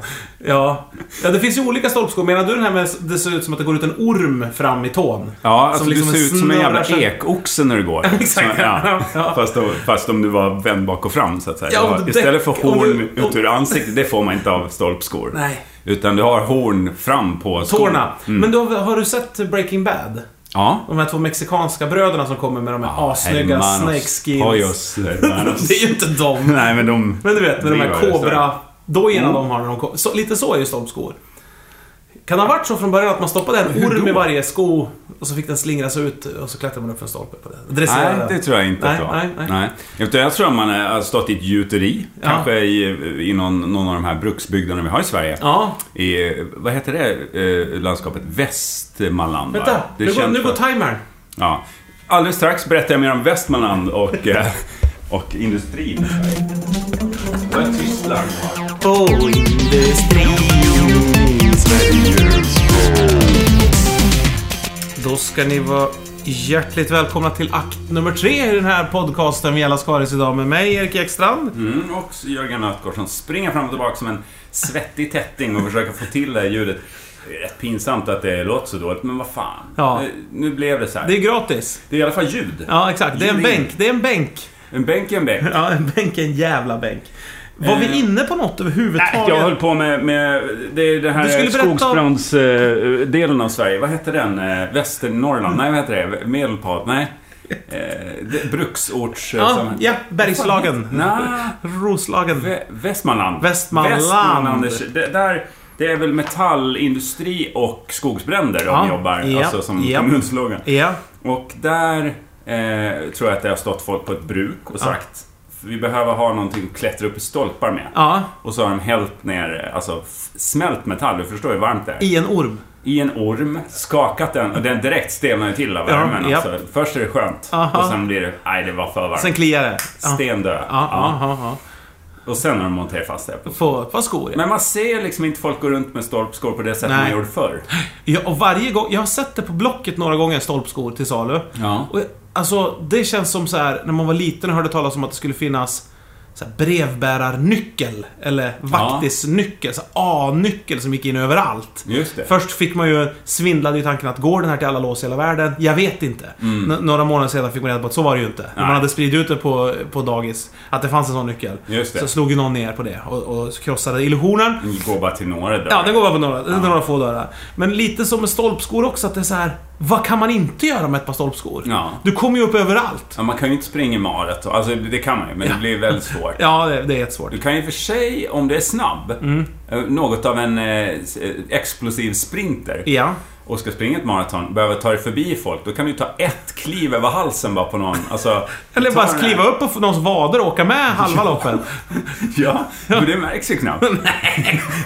B: Ja. ja, det finns ju olika stolpskor. Menar du den här med det ser ut som att det går ut en orm fram i tån?
C: Ja, alltså
B: liksom
C: du ser ut som en jävla
B: snurrar sig-
C: ekoxe när du går.
B: <laughs> Exakt.
C: Så, ja.
B: Ja.
C: fast, om, fast om du var vänd bak och fram, så att säga.
B: Ja,
C: Du har-
B: om du
C: Istället för
B: däck- om
C: horn
B: du- om-
C: ut ur ansiktet, det får man inte av stolpskor.
B: Nej.
C: Utan du har horn fram på skon.
B: Tårna. Men då, har du sett Breaking Bad?
C: Ja.
B: De här två mexikanska bröderna som kommer med de här assnygga
C: Hermanos
B: snakeskins.
C: Pojos, hermanos.
B: <laughs> det är ju inte dem.
C: Nej, men de...
B: Men du vet, med de här
C: driver, så.
B: kobra-dojorna
C: Mm.
B: de har när de kom. så, Lite så är ju stolpskor. Kan det ha varit så från början att man stoppade en orm i varje sko och så fick den slingra sig ut och så klättrade man upp för en stolpe på det. Dresserade
C: Nej, det tror jag inte
B: Nej,
C: att det var.
B: nej, nej.
C: Utan jag tror att man eh, har stått i ett gjuteri.
B: Ja.
C: Kanske i, eh, i någon, någon av de här bruksbygderna vi har i Sverige.
B: Ja.
C: I, eh, vad heter det eh, landskapet? Västmanland, va?
B: Vänta,
C: det är
B: nu, går,
C: känt
B: nu
C: för-
B: går timern.
C: ja. Alldeles strax berättar jag mer om Västmanland och, eh, och
B: <laughs>
C: industrin. Vad Tyskland har.
B: Oh, Då ska ni vara hjärtligt välkomna till akt nummer tre i den här podcasten Vi alla skaris idag med mig, Erik Ekstrand.
C: Mm, och så Jörgen Ötgård som springer fram och tillbaka som en svettig tätting och försöker få till det här ljudet. Det är rätt pinsamt att det låter så dåligt, men vad fan.
B: Ja.
C: Eh, Nu blev det så här.
B: Det är gratis.
C: Det är i alla fall ljud.
B: Ja, exakt. Det är en
C: Ljud in.
B: bänk. Det är en bänk.
C: En bänk är en bänk.
B: Ja, en bänk är en jävla bänk. Var vi inne på något överhuvudtaget?
C: Eh. Nej, Äh, jag höll på med, med det, är det
B: Du
C: här
B: skulle berätta om- Mm.
C: skogsbrandsdelen delen av Sverige. Vad hette den? Eh, Västernorrland? Nej, vad hette det? Medelpad? Nej. Eh, det- bruksorts... eh,
B: Ja,
C: samhälle.
B: ja Bergslagen.
C: Nja,
B: Roslagen.
C: Vä- Västmanland.
B: Västmanland.
C: det- Det, där, det är väl metallindustri och skogsbränder de
B: Ja,
C: jobbar,
B: ja,
C: alltså som
B: ja.
C: kommunslogan.
B: Ja.
C: Och där eh, tror jag att det har stått folk på ett bruk och sagt vi behöver ha någonting att klättra upp i stolpar med.
B: Ja.
C: Och så har de hällt ner, alltså f- smält metall, du förstår hur varmt det är.
B: I en orm.
C: I en orm, skakat den och den direkt stelnar ju till av
B: Ja,
C: värmen.
B: japp.
C: alltså. Först är det skönt
B: Aha.
C: och sen blir det, nej det var för varmt.
B: Sen kliar det. Ja.
C: Stendö.
B: Ja, ja, ja, ja.
C: Och sen har de monterat fast det.
B: Få, få skor ja.
C: Men man ser liksom inte folk gå runt med stolpskor på det sätt
B: Nej.
C: man gjorde förr.
B: ja. Och varje gång, jag har sett det på Blocket några gånger, stolpskor till salu.
C: Ja.
B: Och jag, alltså, det känns som så här när man var liten och hörde talas om att det skulle finnas så här, brevbärarnyckel. Eller vaktisnyckel. så här A-nyckel som gick in överallt.
C: Just det.
B: Först fick man ju, svindlade ju tanken att går den här till alla lås i hela världen? Jag vet inte. N- några månader sedan fick man reda på att så var det ju inte. När man
C: Mm. Nej.
B: hade spridit ut det på, på dagis, att det fanns en sån nyckel.
C: Just det.
B: Så slog ju någon ner på det och, och krossade illusionen.
C: Ni går bara till några där.
B: Ja, det går bara på några, några få dörrar. Men lite som med stolpskor också, att det är så här. Vad kan man inte göra med ett par stolpskor?
C: Ja.
B: Du kommer ju upp överallt.
C: Ja, man kan ju inte springa i maret. Alltså, det kan man ju, men det blir väldigt svårt.
B: Ja, det, det är jättesvårt.
C: Du kan ju för sig, om det är snabb,
B: Mm.
C: eh, något av en eh, s- eh, explosiv sprinter
B: Ja.
C: och ska springa ett maraton, behöver ta dig förbi folk, då kan du ju ta ett kliv över halsen bara på någon. Alltså,
B: <laughs> Eller
C: ta
B: bara
C: den här-
B: kliva upp på f- någons vader och åka med halva loppet.
C: Ja, men det märks ju knappt.
B: <laughs>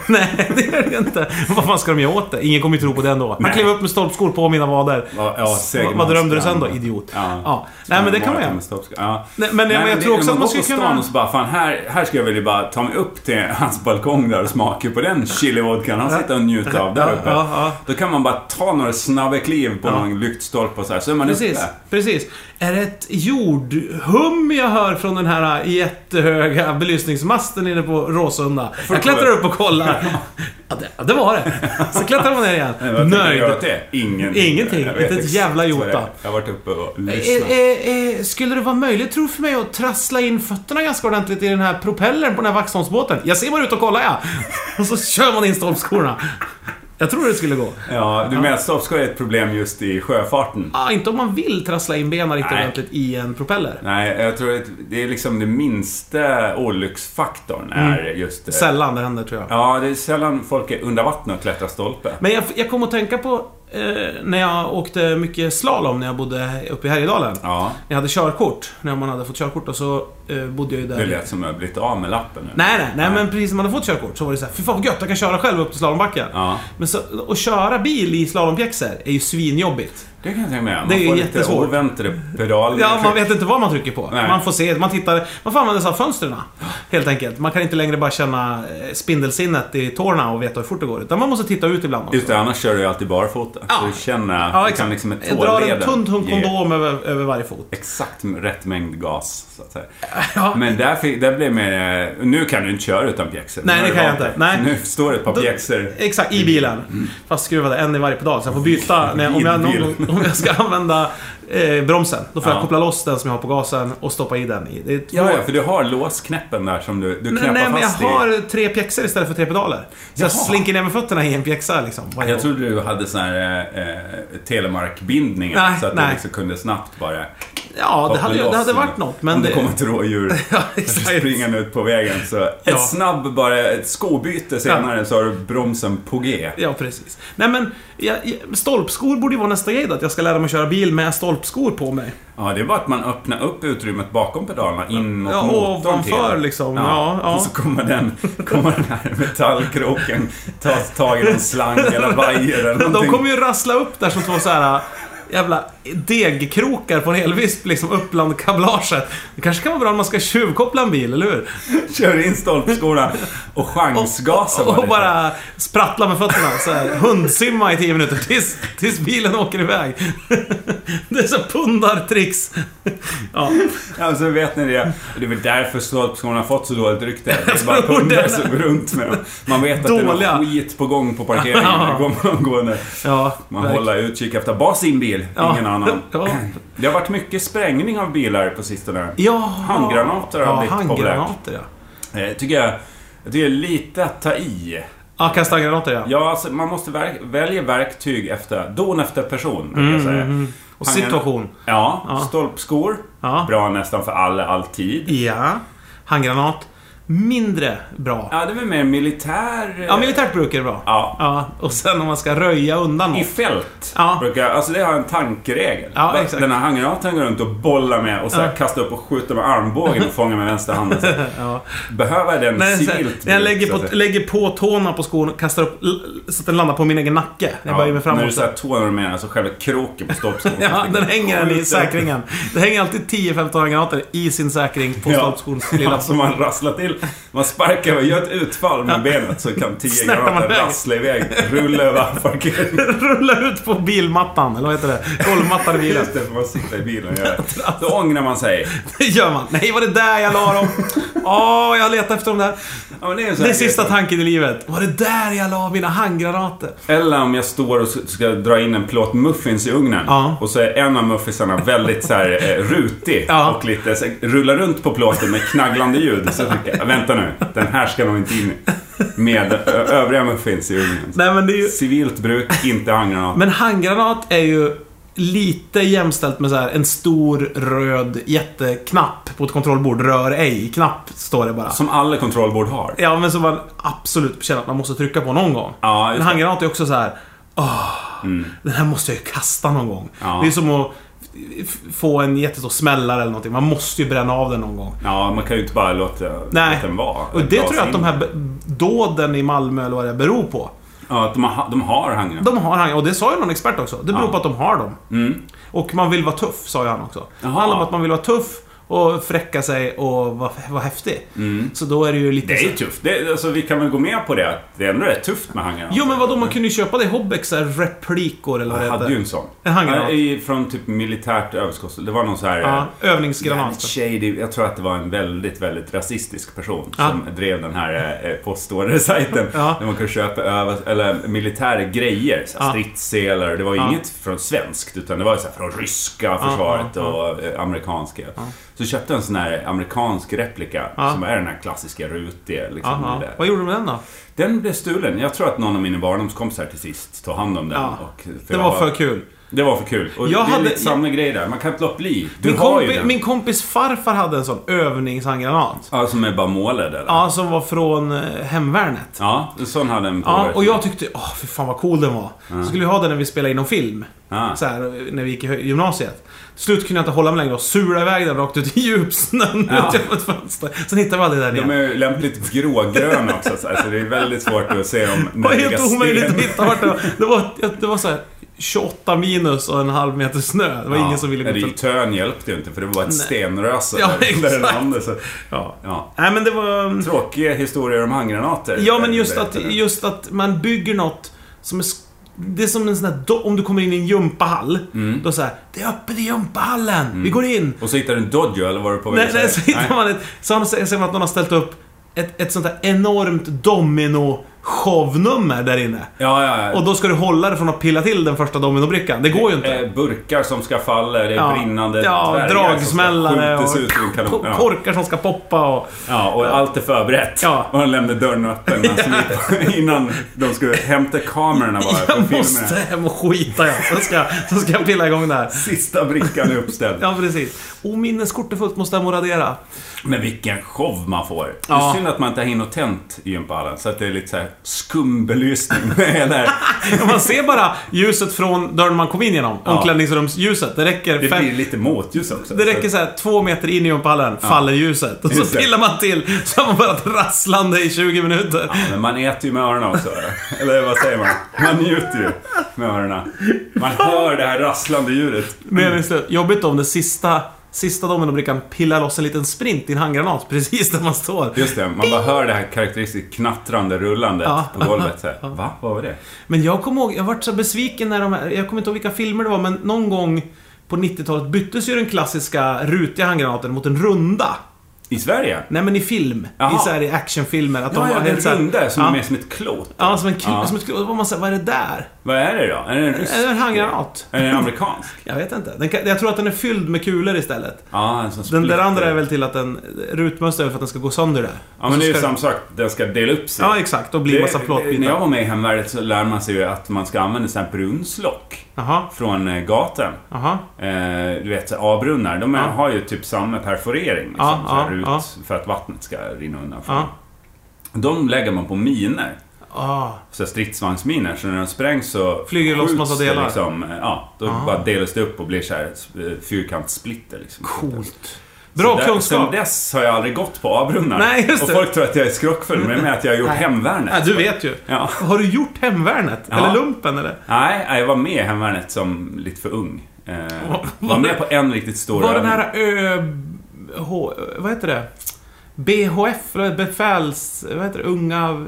B: Nej, det gör det inte. Vad fan ska de göra åt det? Ingen kommer ju tro på det ändå. Han
C: Nej.
B: klev upp med stolpskor på mina vader.
C: Ja, ja,
B: S- vad-
C: Segermans
B: vad drömde du sen
C: strand.
B: då, idiot?
C: Ja.
B: Nej, men det kan man
C: Maraton
B: göra.
C: med stoppskor. Ja.
B: Nej, men jag- men jag
C: det-
B: tror också
C: när
B: att man
C: går
B: skulle
C: på stan
B: kunna-
C: Och så bara, fan här, här ska jag vilja bara ta mig upp till <laughs> hans balkong där och smaka på den chilivodkan han sitter och njuter av där
B: Ja,
C: uppe.
B: ja, ja.
C: Då kan man bara ta några snabba kliv på någon lyktstolpe och så här, så är man
B: Precis,
C: uppe.
B: precis. Är det ett jordhum jag hör från den här äh, jättehöga belysningsmasten inne på Råsunda? Jag klättrar upp och
C: <laughs>
B: kollar. Ja, det, ja, det var det. Så klättrar man ner igen.
C: Nej, vad tänker typ jag
B: Nöjd.
C: göra åt det? Ingenting.
B: Ingenting.
C: Jag vet
B: Inte ett
C: exakt
B: jävla
C: vad det
B: jota.
C: är. Jag har varit uppe och lyssnat.
B: Eh, eh, eh, skulle det vara möjligt, tror du, för mig att trassla in fötterna ganska ordentligt i den här propellern på den här Vaxholmsbåten? Jag simmar ut och kollar, ja. <laughs> Och så kör man in stolpskorna. Jag tror det skulle gå.
C: Ja, du menar att stoppskor är ett problem just i sjöfarten?
B: Ah, inte om man vill trassla in benen riktigt
C: Nej.
B: ordentligt i en propeller.
C: Nej, jag tror att det är liksom det minsta olycksfaktorn är
B: Mm.
C: just... eh,
B: Sällan det händer, tror jag.
C: Ja, det är sällan folk är under vatten och klättrar stolpe.
B: Men jag, jag kom att tänka på eh, när jag åkte mycket slalom när jag bodde uppe i Härjedalen.
C: Ja.
B: När jag hade körkort, när man hade fått körkort och så eh, bodde jag ju där.
C: Det lät som att jag har blivit av med lappen nu.
B: Nej, nej, nej, men precis när man hade fått körkort så var det så här, fy fan vad gött, jag kan köra själv upp till slalombacken.
C: Ja.
B: Men så, att köra bil i slalompjäxor är ju svinjobbigt.
C: Det kan jag tänka mig. Man
B: Det är ju
C: får lite
B: jättesvårt.
C: oväntade pedaler.
B: Ja, man vet inte vad man trycker på.
C: Nej.
B: Man får se, man tittar, man får använda sig av fönstren. Helt enkelt. Man kan inte längre bara känna eh, spindelsinnet i tårna och veta hur fort det går. Utan man måste titta ut ibland också.
C: Just det, annars kör du ju alltid barfota.
B: Ja.
C: Så du känner, du
B: Ja, exakt.
C: kan liksom med
B: Jag drar en
C: tåleden
B: tunn, tunn
C: ge
B: kondom över, över varje fot.
C: Exakt rätt mängd gas, så att säga.
B: Ja.
C: Men där, fick, där blev mer... Nu kan du inte köra utan pjäxor.
B: Nej,
C: Nu har
B: det
C: du
B: kan jag
C: vant dig.
B: inte. Nej.
C: Så Nu står det ett par
B: Då-
C: pjäxor.
B: Exakt, i bilen. Fast skruvade en i varje pedal, så jag får byta
C: Mm.
B: när, om, jag, någon,
C: bilen.
B: om jag ska använda eh, bromsen. Då får
C: Ja.
B: jag koppla loss den som jag har på gasen och stoppa i den i. Det är två-
C: Ja, ja, för du har låsknäppen där som du, du
B: Nej,
C: knäppar
B: nej, men jag
C: fast i.
B: har tre pjäxor istället för tre pedaler. Så
C: Jaha.
B: jag slinker ner med fötterna i en pjäxa liksom. varje
C: Jag
B: gång.
C: trodde du hade sån här eh, eh, telemarkbindningar.
B: Nej,
C: så att
B: nej.
C: du liksom kunde snabbt bara...
B: ja, det
C: koppla
B: hade, ju-
C: loss
B: det hade
C: och-
B: varit något, men...
C: Om det
B: det-
C: kommer ett rådjur.
B: <laughs> Ja,
C: Exakt.
B: exakt.
C: springande ut på vägen. Så
B: Ja.
C: ett snabb bara, ett skobyte senare så har du bromsen på G.
B: Ja, precis. Nej, men jag, jag, stolpskor borde ju vara nästa grej då, att jag ska lära mig att köra bil med stolpskor på mig.
C: Ja, det är bara att man öppnar upp utrymmet bakom pedalerna in mot
B: Ja,
C: motorn.
B: ovanför
C: till.
B: liksom. Ja, ja.
C: Och så kommer den, kommer den här metallkroken ta tag i någon slang eller
B: <laughs>
C: vajer eller
B: De
C: någonting.
B: kommer ju rassla upp där som två så här äh, jävla degkrokar på en elvisp liksom upp bland kablaget. Det kanske kan vara bra om man ska tjuvkoppla en bil, eller hur?
C: Kör in stolpskorna och chansgasar
B: Och, och
C: lite.
B: bara sprattla med fötterna. Så här, hundsimma i tio minuter tills, tills bilen åker iväg. <laughs> Det är så pundartricks. Ja,
C: <laughs> Ja, så vet ni det. Och Det är väl därför stolpskorna har fått så dåligt rykte. Det är
B: <laughs>
C: bara
B: tror
C: hundar
B: det.
C: som går runt med dem. Man vet att det är
B: Dåliga.
C: någon skit på gång på
B: <laughs>
C: parkeringen. Där går man gående.
B: ja
C: Man
B: verkligen.
C: håller utkik efter bara sin bil,
B: Ja.
C: ingen
B: <laughs>
C: annan.
B: Ja.
C: Det har varit mycket sprängning av bilar på sistone.
B: Ja,
C: Handgranater har
B: ja,
C: blivit populärt.
B: handgranater, ja.
C: Eh, tycker jag, jag tycker det är lite att ta i.
B: Ja, kasta granater ja.
C: Ja, alltså, man måste verk- välja verktyg efter don efter person, brukar jag säga.
B: Mm, Och
C: Hangar-
B: situation.
C: Ja, stolpskor.
B: Ja.
C: Bra nästan för alla, alltid.
B: Ja. Handgranat. Mindre bra.
C: Ja, det är väl mer militär... eh,
B: Ja, militärt bruk är bra.
C: Ja.
B: Och sen om man ska röja undan
C: I
B: något.
C: fält.
B: Ja.
C: Brukar, jag- alltså det har en tankeregel.
B: Ja,
C: Va-
B: exakt.
C: Den här handgranaten går runt och bollar med och så här kastar upp och skjuter med armbågen och fångar med vänster
B: <laughs>
C: handen. Så. Behöver jag den
B: Nej, så här,
C: civilt?
B: när jag
C: bruk,
B: lägger
C: så att
B: på,
C: säga?
B: lägger på tårna på skon och kastar upp l- så att den landar på min egen nacke. Jag
C: Ja,
B: böjer mig
C: när du
B: framåt.
C: så här tånar du med den, så själva kroken på stolpskon.
B: <laughs> Ja, den hänger den i
C: Skjuter.
B: säkringen. Det hänger alltid 10-15 granater i sin säkring på
C: Ja.
B: stolpskons lilla...
C: Ja, så man rasslar till. Man sparkar och gör ett utfall med benet så kan tio
B: Snärtar man
C: granater
B: iväg.
C: rassla iväg, rulla över parkeringen.
B: Rulla ut på bilmattan, eller vad heter det? Golvmattan i bilen.
C: Just det, för man sitter i bilen och gör det. Då ångrar man sig.
B: <laughs> Det gör man. Nej, var det där jag la dem? Åh, jag letar efter dem där.
C: Ja, men det är, en sån
B: Det är
C: här
B: sista
C: grej.
B: tanken i livet. Var det där jag la mina handgranater?
C: Eller om jag står och ska dra in en plåt muffins i ugnen.
B: Ja.
C: Och så är en av muffinsarna väldigt så här eh, rutig.
B: Ja.
C: Och lite så, här, rullar runt på plåten med knagglande ljud. Så tycker jag, vänta nu. Den här ska nog inte in i- med ö- övriga muffins i ugnen.
B: Nej, men det är ju...
C: Civilt bruk, inte handgranat.
B: Men handgranat är ju lite jämställt med så här en stor röd jätteknapp på ett kontrollbord. Rör ej-knapp, står det bara.
C: Som alla kontrollbord har.
B: Ja, men som man absolut känner att man måste trycka på någon gång.
C: Ja,
B: en
C: just det. Mm.
B: handgranat är också så här. "Åh, Den här måste jag ju kasta någon gång.
C: Ja.
B: Det är som att f- få en jättestor smällare eller någonting. Man måste ju bränna av den någon gång.
C: Ja, man kan ju inte bara låta,
B: Nej.
C: låta den vara.
B: Och det tror jag att de
C: har
B: här be- dåden i Malmö eller vad det är, beror på.
C: Ja, att de har, de har handgranat.
B: De har han, och det sa ju någon expert också. Det beror
C: Ja. Mm.
B: på att de har dem. Och man vill vara tuff, sa ju han också. Det
C: Jaha.
B: handlar om att man vill vara tuff och fräcka sig och vara, vara häftig. Så då är det ju lite
C: Mm. Det är
B: så-
C: ju tufft. Det, alltså, vi kan väl gå med på det. att Det är ändå rätt tufft med handgranat.
B: Jo men vadå, man kunde ju köpa det i Hobbex, så här replikor eller vad
C: Jag
B: det
C: hade ju en
B: heter.
C: sån.
B: En handgranat.
C: Ja, i- Från typ militärt överskott. Det var någon så här...
B: Ja,
C: eh,
B: övningsgranat.
C: jävligt shady. Jag tror att det var en väldigt, väldigt rasistisk person
B: Ja.
C: som drev den här eh, postordersajten.
B: Ja.
C: Där man kunde köpa över, eller, militära grejer. Så här,
B: Ja.
C: Stridsselar. Det var ju inget från svenskt, utan det var ju så här, från ryska försvaret
B: ja,
C: och eh, amerikanska. Så köpte jag en sån här amerikansk replika som är den här klassiska rutiga. Liksom,
B: Aha.
C: med det.
B: Vad gjorde du med den då?
C: Den blev stulen. Jag tror att någon av mina barndomskompisar till sist tog hand om den.
B: Ja.
C: Och,
B: Det
C: jag
B: var för kul.
C: det var för kul. Och
B: Jag
C: det är
B: hade-
C: lite samma grej där. Man kan inte låta bli. Du
B: Min,
C: har ju
B: kompi,
C: den.
B: min kompis farfar hade en sån övningshandgranat.
C: Ja, som är bara målad eller?
B: Ja, som var från eh, hemvärnet.
C: Ja, en sån hade en
B: Ja,
C: påverkan.
B: och jag tyckte, åh för fan vad cool den var. Så skulle vi ha den när vi spelade in någon film.
C: Ah.
B: Så här, när vi gick i hö- gymnasiet. Till slut kunde jag inte hålla mig längre och sula iväg den rakt ut i djupsnön
C: Ja.
B: ut genom ett fönster. Sen hittade vi aldrig den
C: De
B: igen.
C: är ju lämpligt grågröna också, så, här, så det är väldigt svårt att se
B: <laughs>
C: om
B: Det var helt omöjligt att
C: sten-
B: hitta vart den var. Det var, det var så här 28 minus och en halv meter snö. Det var ingen som ville
C: Nej,
B: gå
C: det-
B: till...
C: Tön hjälpte ju inte, för det var bara ett stenröse
B: Ja,
C: där, där den
B: exakt.
C: landade. Så,
B: Ja.
C: ja.
B: Nej men det var... mm,
C: Tråkiga historier om handgranater.
B: Ja men just att,
C: Berättade du.
B: just att man bygger något som är... sk- Det är som en sån här... do- Om du kommer in i en gympahall.
C: Mm.
B: Då så här, det är öppet i gympahallen. Vi går in.
C: Och så hittade du en Dodge, eller var du på väg
B: Nej,
C: att
B: nej,
C: säga?
B: så hittar man ett... Så han säger säger man att någon har ställt upp ett, ett sånt där enormt domino-shownummer där inne.
C: Ja, ja, ja.
B: Och då ska du hålla dig från att pilla till den första dominobrickan. Det går ju inte.
C: Eh, Burkar som ska falla, det är
B: Ja.
C: brinnande
B: Ja,
C: dvärgar som ska
B: dragsmällare
C: skjutas
B: och
C: ut ur en kanon.
B: ko-
C: Ja.
B: korkar som ska poppa och...
C: Ja, och allt är förberett.
B: Ja.
C: Och han lämnade dörren öppen
B: <laughs>
C: när han smit- innan de skulle hämta kamerorna bara för
B: Jag
C: filmen.
B: måste hem och skita jag. Sen ska, sen ska jag pilla igång det
C: <laughs>
B: här.
C: Sista brickan är uppställd.
B: Ja, precis. Och minneskort är fullt, måste hem och radera. <laughs>
C: Men vilken show man får. Det
B: Ja.
C: är synd att man inte har hinner tänt i gympahallen, så att det är lite så här skumbelysning. Eller,
B: Man ser bara ljuset från dörren man kom in genom. Omklädningsrumsljuset. Det
C: det
B: räcker
C: blir
B: fem...
C: lite motljus också.
B: Det räcker såhär två meter in i gympahallen, faller ljuset. Och så
C: Just det.
B: pillar man till, så har man bara ett rasslande i 20 minuter.
C: Men man äter ju med öronen också. Eller vad säger man? Man njuter ju med öronen. Man hör det här rasslande ljudet.
B: Meningslöst. Jobbigt om det sista, sista dominobrickan pillar loss en liten sprint i en handgranat <laughs> precis där man står.
C: Just det, man bara hör det här karaktäristiskt knattrande rullandet
B: Ja.
C: på golvet. Så här. Va? Vad var det?
B: Men jag kommer ihåg, jag vart så besviken när de här, jag kommer inte ihåg vilka filmer det var, men någon gång på 90-talet byttes ju den klassiska rutiga handgranaten mot en runda.
C: I Sverige?
B: Nej men i film. I
C: Jaha.
B: så här, i actionfilmer. Att
C: Ja,
B: de
C: ja,
B: helt så
C: det
B: här-
C: runda som
B: ja.
C: är mer som ett klot.
B: Ja, som en kul,
C: Ja.
B: som ett kul. Vad man säger, vad är det där?
C: Vad är det då? Är det en rysk?
B: Är det en handgranat?
C: Är det en amerikansk?
B: Jag vet inte. Den kan, jag tror att den är fylld med kulor istället.
C: Ja, en sån
B: Den där
C: splitter.
B: andra är väl till att den... Rutmönster är väl för att den ska gå sönder där.
C: Ja, men det är ju
B: Så ska-
C: samma sak. Den ska dela upp sig.
B: Ja, exakt. Och bli en massa
C: det- När jag
B: plåtbitar.
C: var med i Hemvärnet så lär man sig ju att man ska använda sån här brunnslock
B: Jaha,
C: från eh, gatan.
B: jaha.
C: Eh, du vet, så här A-brunnar. De är- har ju typ samma perforering. Liksom,
B: Ja,
C: så här
B: ja,
C: ut
B: ja.
C: För att vattnet ska rinna undan. från.
B: Ja.
C: De lägger man på miner.
B: Ah.
C: Så här stridsvagnsminer. Så när de sprängs så
B: Flyger det loss
C: skjuts
B: massa
C: det
B: delar.
C: Liksom, eh, ja, då bara delas det upp och blir så här eh, fyrkantssplitter. Liksom.
B: Coolt.
C: Så
B: Bra
C: där- Sen
B: kunskap.
C: dess har jag aldrig gått på A-brunnar.
B: Nej, just
C: och
B: det.
C: folk tror att jag är skrockfull, men det är med att jag har gjort Hemvärnet.
B: Ja, du vet ju.
C: Ja.
B: Har du gjort hemvärnet?
C: Ja.
B: Eller lumpen eller?
C: Nej, nej, jag var med i Hemvärnet som lite för ung. Eh, var med på en riktigt stor
B: Var den
C: övning.
B: här ö... H... Vad heter det? BHF, eller befäls... Vad heter det? Unga...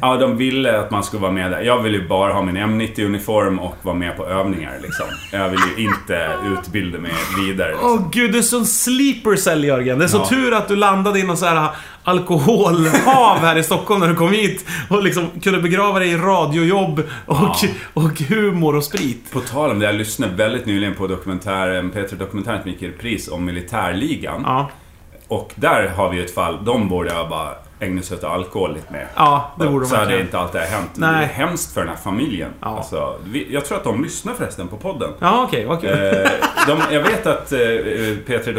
C: Ja, de ville att man skulle vara med där. Jag ville ju bara ha min M90-uniform och vara med på övningar liksom. Jag ville ju inte utbilda mig vidare. Liksom.
B: Åh gud, du är sån sleeper cell Jörgen. Det är så
C: Ja.
B: tur att du landade i någon så här alkoholhav här i Stockholm när du kom hit. Och liksom kunde begrava dig i radiojobb och, och humor och sprit.
C: På tal om det, jag lyssnade väldigt nyligen på dokumentären, Peter dokumentären som gick i repris om militärligan.
B: Ja,
C: Och där har vi ju ett fall, de borde jag bara ägna sig åt alkohol lite mer.
B: ja det borde
C: så
B: man
C: hade
B: verkligen.
C: inte allt det här hänt. Det
B: Nej.
C: är hemskt för den här familjen.
B: Ja.
C: Alltså, vi, jag tror att de lyssnar förresten på podden.
B: Ja, okej, vad kul.
C: Eh, de, jag vet att eh, P3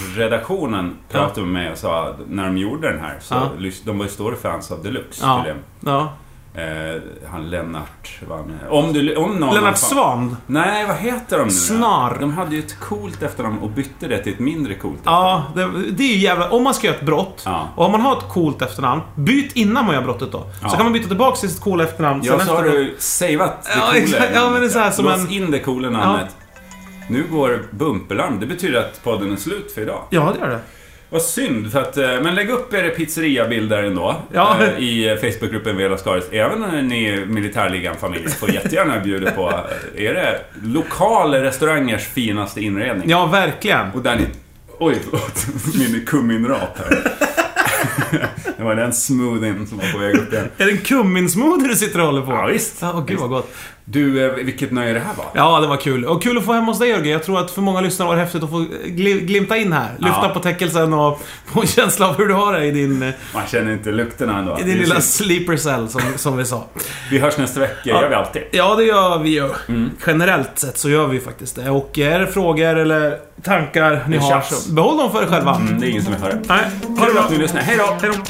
C: Dokumentärredaktionen pratade med mig och sa att när de gjorde den här så
B: Ja.
C: lys- de var ju stora fans av Deluxe.
B: Ja.
C: tydligen.
B: Ja.
C: Eh, han Lennart, vad han är. Om, du, om någon
B: Lennart
C: fan-
B: Swahn.
C: Nej, vad heter de nu då?
B: Snar.
C: De hade ju ett coolt efternamn och bytte det till ett mindre coolt
B: Ja, det, det är ju jävla... Om man ska göra ett brott
C: Ja.
B: och om man har ett coolt efternamn, byt innan man gör brottet då.
C: Ja.
B: Så kan man byta tillbaka till sitt coola efternamn
C: Ja,
B: sen
C: så har
B: efteråt.
C: du saveat det
B: Ja,
C: coola
B: exakt. Ja, men det är så här som
C: Lås
B: en-
C: in det coola namnet. Nu går bumperlarm. Det betyder att podden är slut för idag.
B: Ja, det gör det.
C: Vad synd, för att, eh, men lägg upp er pizzeria-bilder ändå
B: Ja.
C: eh, i Facebookgruppen Vela Skaris. Även när ni är militärligan-familj får jättegärna bjuda på, eh, är det lokal restaurangers finaste inredning?
B: Ja, verkligen.
C: Och där ni... Oj, förlåt. <laughs> Min kumminrap
B: <laughs>
C: här. det var den smoothien som var på väg upp igen.
B: Är det en kumminsmoothie du sitter och håller på?
C: Ja, visst.
B: Ja, åh, gud vad gott.
C: Du, eh, vilket nöje det här var.
B: Ja, det var kul. Och kul att få hem hos dig Jörgen. Jag tror att för många lyssnare var det häftigt att få gli- glimta in här. Lyfta
C: Ja.
B: på täckelsen och <laughs> få en känsla av hur du har det i din, eh,
C: Man känner inte lukterna ändå.
B: i
C: Det är
B: din lilla
C: synd.
B: sleeper cell, som, som vi sa.
C: Vi hörs nästa vecka, gör vi alltid.
B: Ja, det gör vi ju.
C: Mm.
B: Generellt sett så gör vi ju faktiskt det. Och är det frågor eller tankar ni
C: Det Mm.
B: har,
C: tjafs.
B: så behåll dem för er själva.
C: Det är ingen som vill höra.
B: Nej, ha det
C: Kul
B: bra.
C: att ni lyssnar. Hej då!
B: Hej då.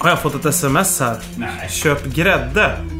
B: Har jag fått ett sms här?
C: Nej.
B: Köp grädde.